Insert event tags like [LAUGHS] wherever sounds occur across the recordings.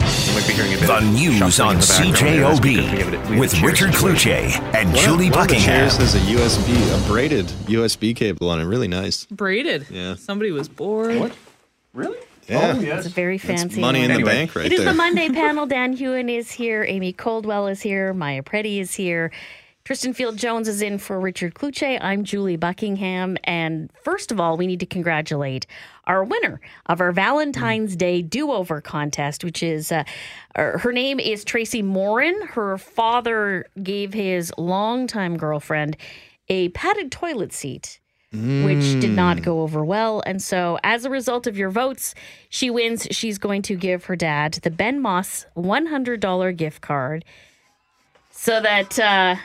might be hearing a bit The of news shuffling on in the background. That's because we have it- we CJOB have with the chairs Richard Kluche and One of- Julie one of the Buckingham. chairs has a USB, a braided USB cable on it. Really nice. braided. Yeah. Somebody was bored. Really? Yeah. Oh, It's a yes. very That's fancy. money in one. the Anyway, bank right It is there. [LAUGHS] the Monday panel. Dan Hewen is here. Amy Coldwell is here. Maya Preddy is here. Tristan Field Jones is in for Richard Kluche. I'm Julie Buckingham. And first of all, we need to congratulate our winner of our Valentine's Day do over contest, which is uh, er, her name is Tracy Morin. Her father gave his longtime girlfriend a padded toilet seat which did not go over well. And so, as a result of your votes, she wins. She's going to give her dad the Ben Moss $100 gift card so that uh,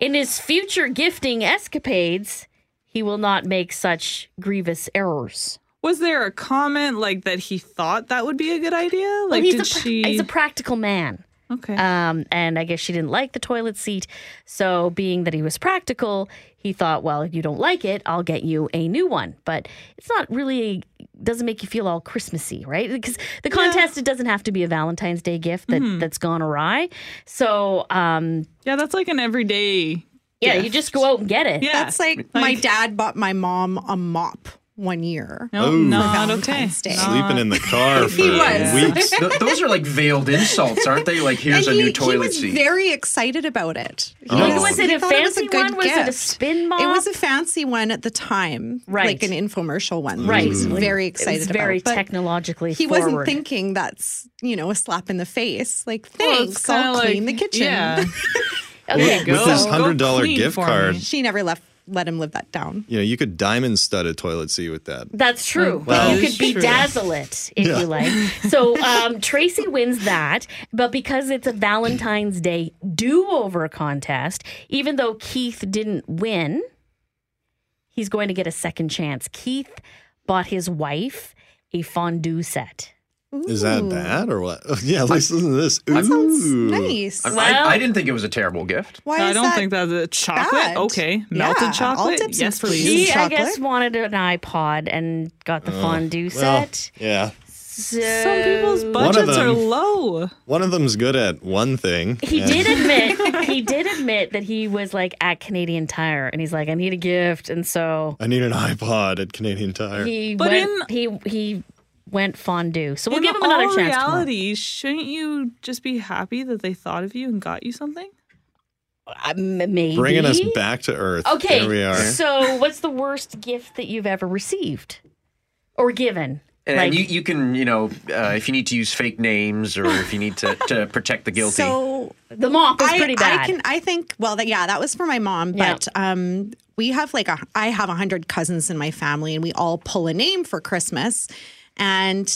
in his future gifting escapades, he will not make such grievous errors. Was there a comment like that he thought that would be a good idea? Like, Well, he's, did a pra- she? he's a practical man. okay. Uh, Um, and I guess she didn't like the toilet seat. So, being that he was practical, he thought, well, if you don't like it, I'll get you a new one. But it's not really, doesn't make you feel all Christmassy, right? Because the contest, it doesn't have to be a Valentine's Day gift that, that's gone awry. So, um, yeah, that's like an everyday. yeah, you gift. just go out and get it. Yeah. That's like, my dad bought my mom a mop one year. No, Oh, Ooh. not okay. Valentine's Day. Sleeping in the car for He was. weeks. Th- those are like veiled insults, aren't they? Like, and here's a he, new he toilet was seat. very excited about it. He Like, just- was it he a thought was fancy good one? Was it a gift. spin It was a mop? fancy one at the time, Right. Like an infomercial one. that Right. He was very It's excited about. very But technologically He forward. wasn't thinking that's you know a slap in the face. Like Well, thanks, it's kinda I'll clean the like- kitchen. Yeah. Okay. With this Go hundred dollar clean gift for card, me. She never left. Let him live that down. you know, you could diamond stud a toilet seat with that. That's true. Well, you that could is true. bedazzle it if you like. So um, Tracy wins that, but because it's a Valentine's Day do-over contest, even though Keith didn't win, he's going to get a second chance. Keith bought his wife a fondue set. Is that bad or what? [LAUGHS] yeah, let's listen to this. Ooh. Sounds nice. I, I- Well- I didn't think it was a terrible gift. [LAUGHS] Why I is don't that think that's a chocolate. bad? Okay, Yeah, melted I'll chocolate. dip some yes, cheese. please. He, I guess, chocolate? wanted an iPod and got the fondue Well, set. yeah. So Some people's of budgets are them- low. One of them's good at one thing. He and- did [LAUGHS] admit he did admit that he was like at Canadian Tire and he's like, I need a gift and so [LAUGHS] I need an iPod at Canadian Uh, Tire. he But went he he went fondue. So we'll In give him another all chance. tomorrow. reality, shouldn't you just be happy that they thought of you and got you something? Uh, m- maybe Bringing us back to earth. Okay. Here we are. So what's the worst gift that you've ever received or given? And like you, you can, you know, uh, if you need to use fake names or if you need to, [LAUGHS] to protect the guilty. so. the mop was pretty bad. I can. I think. Well, that, yeah, that was for my mom. Yeah. But um, we have like a. I have a hundred cousins in my family, and we all pull a name for Christmas, and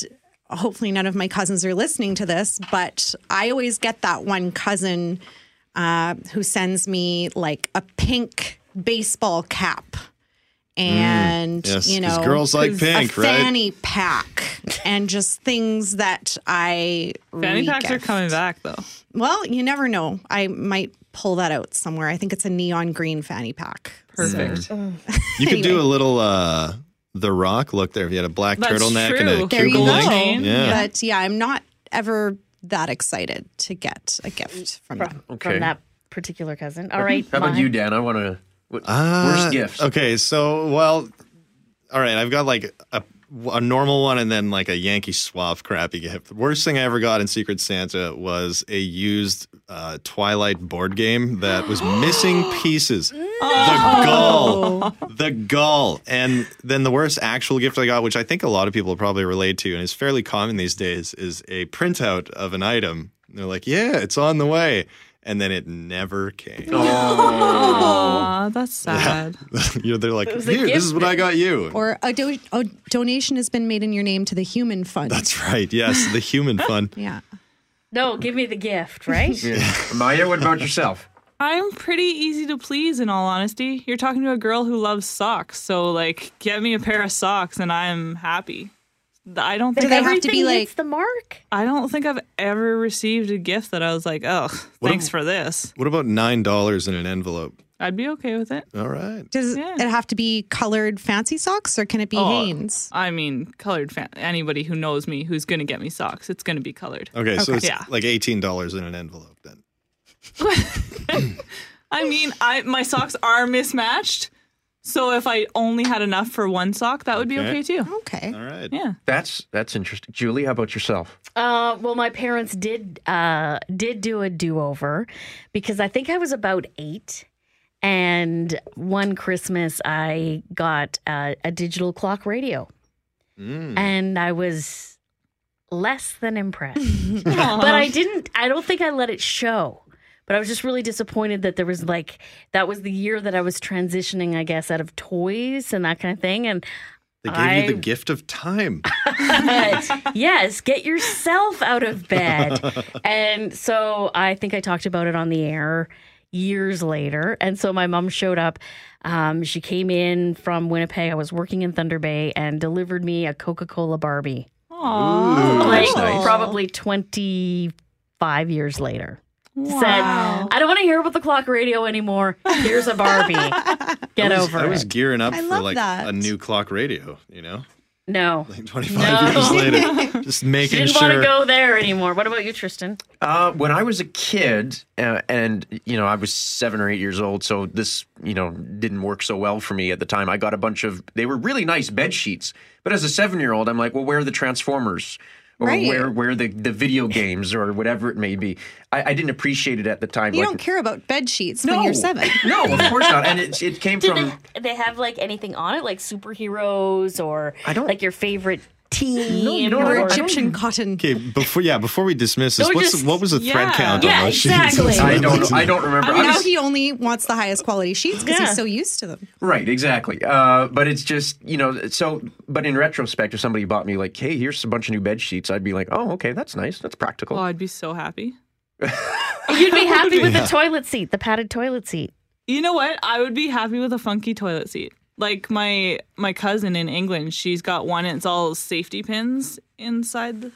hopefully none of my cousins are listening to this. But I always get that one cousin uh, who sends me like a pink baseball cap, and Mm, Yes, you 'cause know, girls like a pink, right? fanny pack, and just things that I Fanny packs are re-gift. coming back though. Well, you never know. I might pull that out somewhere. I think it's a neon green fanny pack. Perfect. You could do Anyway. a little uh the rock look there if you had a black That's turtleneck and a true. There you cubicle go. Gold link. chain. Yeah. But yeah, I'm not ever that excited to get a gift from them. okay. from that particular cousin. All right. How about Maya. you, Dan? I want to. What, Uh, worst gift. Okay, so well, all right. I've got like a, a normal one and then like a Yankee swap crappy gift. The worst thing I ever got in Secret Santa was a used uh, Twilight board game that [GASPS] was missing pieces. The gall, Oh. the gall, and then the worst actual gift I got, which I think a lot of people probably relate to, and is fairly common these days, is a printout of an item. And they're like, "Yeah, it's on the way," and then it never came. Aw, that's sad. [LAUGHS] you know, they're like, here, this is what I got you. Or a, do- a donation has been made in your name to the Human Fund. That's right. Yes, the [LAUGHS] human fun. yeah. No, give me the gift, [LAUGHS] right? Maya, what about yourself? I'm pretty easy to please in all honesty. You're talking to a girl who loves socks, so like get me a pair of socks and I'm happy. I don't think they I've, have to be Everything like- hits the mark. I don't think I've ever received a gift that I was like, "Oh, What thanks am- for this." What about nine dollars in an envelope? I'd be okay with it. All right. Does Yeah. it have to be colored fancy socks or can it be Oh, Hanes? I mean, colored fan. Anybody who knows me who's going to get me socks, it's going to be colored. Okay, so Okay. it's Yeah. like eighteen dollars in an envelope then. I mean, I my socks are mismatched. So if I only had enough for one sock, that would be Okay. okay too. Okay. All right. Yeah. That's that's interesting. Julie, how about yourself? Uh, well, my parents did uh, did do a do over because I think I was about eight, and one Christmas I got uh, a digital clock radio, and I was less than impressed. but I didn't. I don't think I let it show. But I was just really disappointed that there was like that was the year that I was transitioning, I guess, out of toys and that kind of thing, and They gave you the I- gift of time. but yes, get yourself out of bed. And so I think I talked about it on the air years later. And so my mom showed up. Um, she came in from Winnipeg. I was working in Thunder Bay and delivered me a Coca Cola Barbie. Aww. Like nice. probably 25 years later. Wow. Said, I don't want to hear about the clock radio anymore. Here's a Barbie. Get I was, over I was it. gearing up I for love like that. a new clock radio, you know? [LAUGHS] No. Like 25 years No. [LAUGHS] later. Just making Didn't want sure. to go there anymore. What about you, Tristan? Uh, when I was a kid, uh, and you know, I was seven or eight years old, so this you know didn't work so well for me at the time. I got a bunch of they were really nice bed sheets, but as a seven year old, I'm like, well, where are the Transformers? Or Right. where where are the the video games or whatever it may be? I, I didn't appreciate it at the time. You like- don't care about bed sheets no, when you're [LAUGHS] seven. no, of course not. And it, it came Did from they, they have like anything on it, like superheroes or I don't- like your favorite team? know or- what Or I Egyptian cotton. Okay, before yeah, before we dismiss this, Don't what's just- what was the thread Yeah. count on Yeah, those [LAUGHS] exactly. sheets? I don't I don't remember. I Now was- he only wants the highest quality sheets because Yeah. he's so used to them. Right, exactly. Uh, but it's just you know. So, but in retrospect, if somebody bought me like, "Hey, here's a bunch of new bed sheets," I'd be like, "Oh, okay, that's nice. That's practical." Oh, I'd be so happy. [LAUGHS] You'd be happy with the toilet seat, the padded toilet seat. You know what? I would be happy with a funky toilet seat. Like my my cousin in England, she's got one and it's all safety pins inside the,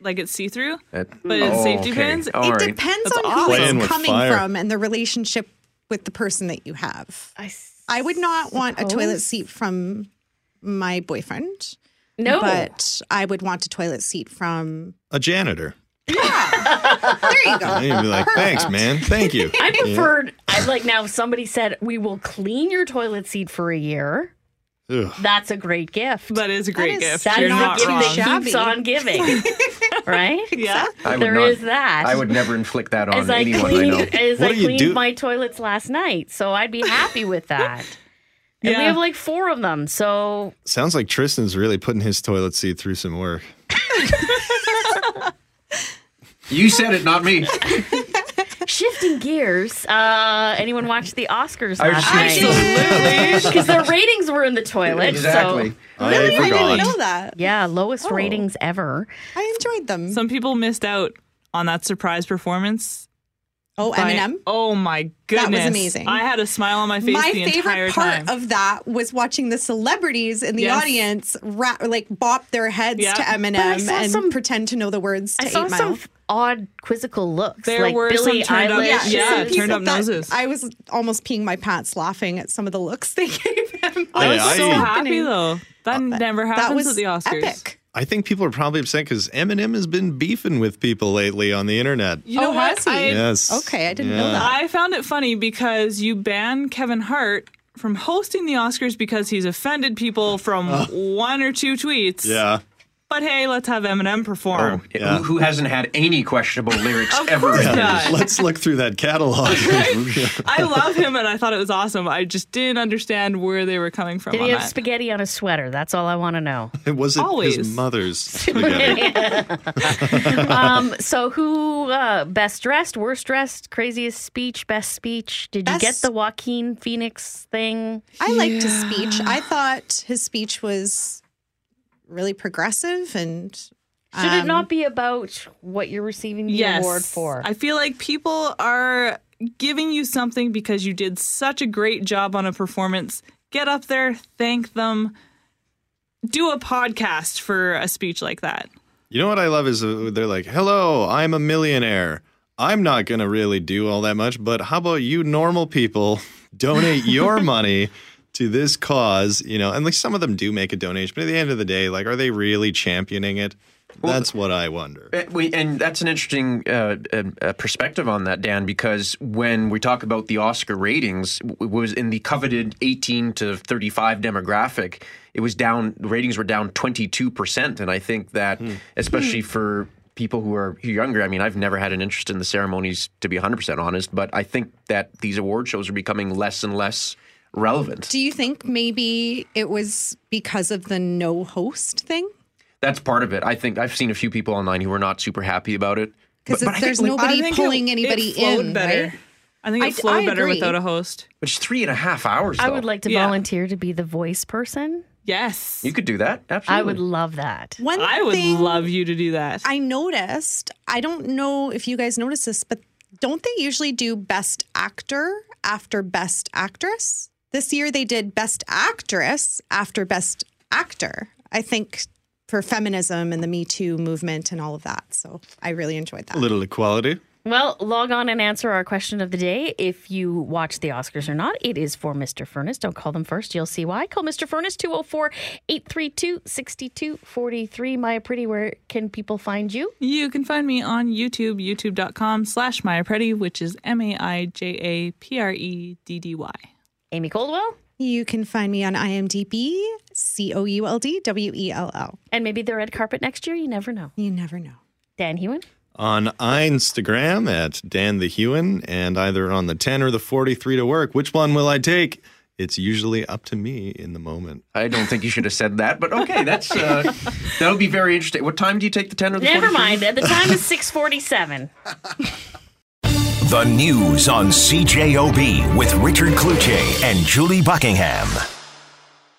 like it's see-through. That- But it's Oh, safety okay. pins. All it right. depends That's on who Playing it's with coming fire. from and the relationship with the person that you have. I I would not want a toilet seat from my boyfriend, no. but I would want a toilet seat from. A janitor. There you go. [LAUGHS] And you'd be like, [LAUGHS] thanks, man. Thank you. I preferred. I like now. If somebody said we will clean your toilet seat for a year, Ugh. that's a great gift. That is a great is- gift. that You're is a not gift wrong. that that keeps Shabby. [LAUGHS] on giving, right? Yeah. I would There not- is that. I would never inflict that on as I anyone I know. cleaned as What I do you cleaned do- my toilets last night, so I'd be happy with [LAUGHS] that. And we Yeah. have like four of them, so Sounds like Tristan's really putting his toilet seat through some work. You said it, not [LAUGHS] me. shifting gears. Uh, anyone watch the Oscars I was last just gonna night? Because their ratings were in the toilet. exactly. So I I didn't forgot. know that. yeah, lowest Oh. ratings ever. I enjoyed them. Some people missed out on that surprise performance. oh, by- Eminem. Oh my goodness. was amazing. I had a smile on my face My the entire favorite part time. of that was watching the celebrities in the Yes. audience ra- like bop their heads Yeah. to But I Eminem saw and some- pretend to know the words to I saw Eight Mile. some odd quizzical looks. There like were Billie some Oh, turned up- Eilish. Yeah, Some it piece turned of up that- noses. I was almost peeing my pants laughing at some of the looks they [LAUGHS] gave him. I I was Yeah, so I- happy though. That never happens Oh, That was at the Oscars. epic. I think people are probably upset because Eminem has been beefing with people lately on the internet. You know Oh, what? has he? I- Yes. Okay, I didn't know Yeah. that. I found it funny because you ban Kevin Hart from hosting the Oscars because he's offended people from one or two tweets. Yeah. But hey, let's have Eminem perform. Yeah. Who, who hasn't had any questionable lyrics Of ever? course in their- not. Let's look through that catalog. [LAUGHS] [LAUGHS] I love him and I thought it was awesome. I just didn't understand where they were coming from Did on he have that. spaghetti on a sweater? That's all I want to know. It was it his Always. mother's [LAUGHS] spaghetti. um, so who uh, best dressed, worst dressed, craziest speech, best speech? Did you get Best- the Joaquin Phoenix thing? I liked his speech. I thought his speech was really progressive and Should Um, it not be about what you're receiving the award for? I feel like people are giving you something because you did such a great job on a performance. Get up there, thank them. Do a podcast for a speech like that. You know what I love is uh, they're like, "Hello, I'm a millionaire. I'm not gonna really do all that much, but how about you normal people [LAUGHS] donate your money to this cause, you know, and like some of them do make a donation, but at the end of the day, like, are they really championing it? That's what I wonder. Uh, We, and that's an interesting uh, uh, uh, perspective on that, Dan, because when we talk about the Oscar ratings, w- it was in the coveted 18 to 35 demographic, it was down. The ratings were down 22 percent, and I think that, especially for people who are younger, I mean, I've never had an interest in the ceremonies to be 100 percent honest, but I think that these award shows are becoming less and less relevant. Do you think maybe it was because of the no host thing? that's part of it. I think I've seen a few people online who were not super happy about it. Because But- but I think, there's like, nobody I think pulling it- anybody it flowed in. Better. Right? I think I- it flowed I better agree. without a host. It's three and a half hours. I though. would like to Yeah. volunteer to be the voice person. Yes. You could do that. Absolutely. I would love that. One I would thing love you to do that. I noticed, I don't know if you guys noticed this, but don't they usually do best actor after best actress? This year they did best actress after best actor. I think for feminism and the Me Too movement and all of that. So I really enjoyed that. A little equality. Well, log on and answer our question of the day. If you watch the Oscars or not, it is for Mr. Furnace. Don't call them first. You'll see why. Call Mr. Furnace 204 832 6243. My pretty, where can people find you? You can find me on YouTube, youtube.com slash Maya Preddy, which is M A I J A P R E D D Y. Amy Coldwell? You can find me on IMDb, C O U L D W E L L. And maybe the red carpet next year. You never know. You never know. Dan Hewen? on Instagram at Dan the Hewen and either on the 10 or the 43 to work. Which one will I take? It's usually up to me in the moment. I don't think you should have said that, but okay, that's uh, that'll be very interesting. What time do you take the ten or the? Never 43? mind. The time is 647. The news on CJOB with Richard Kluche and Julie Buckingham.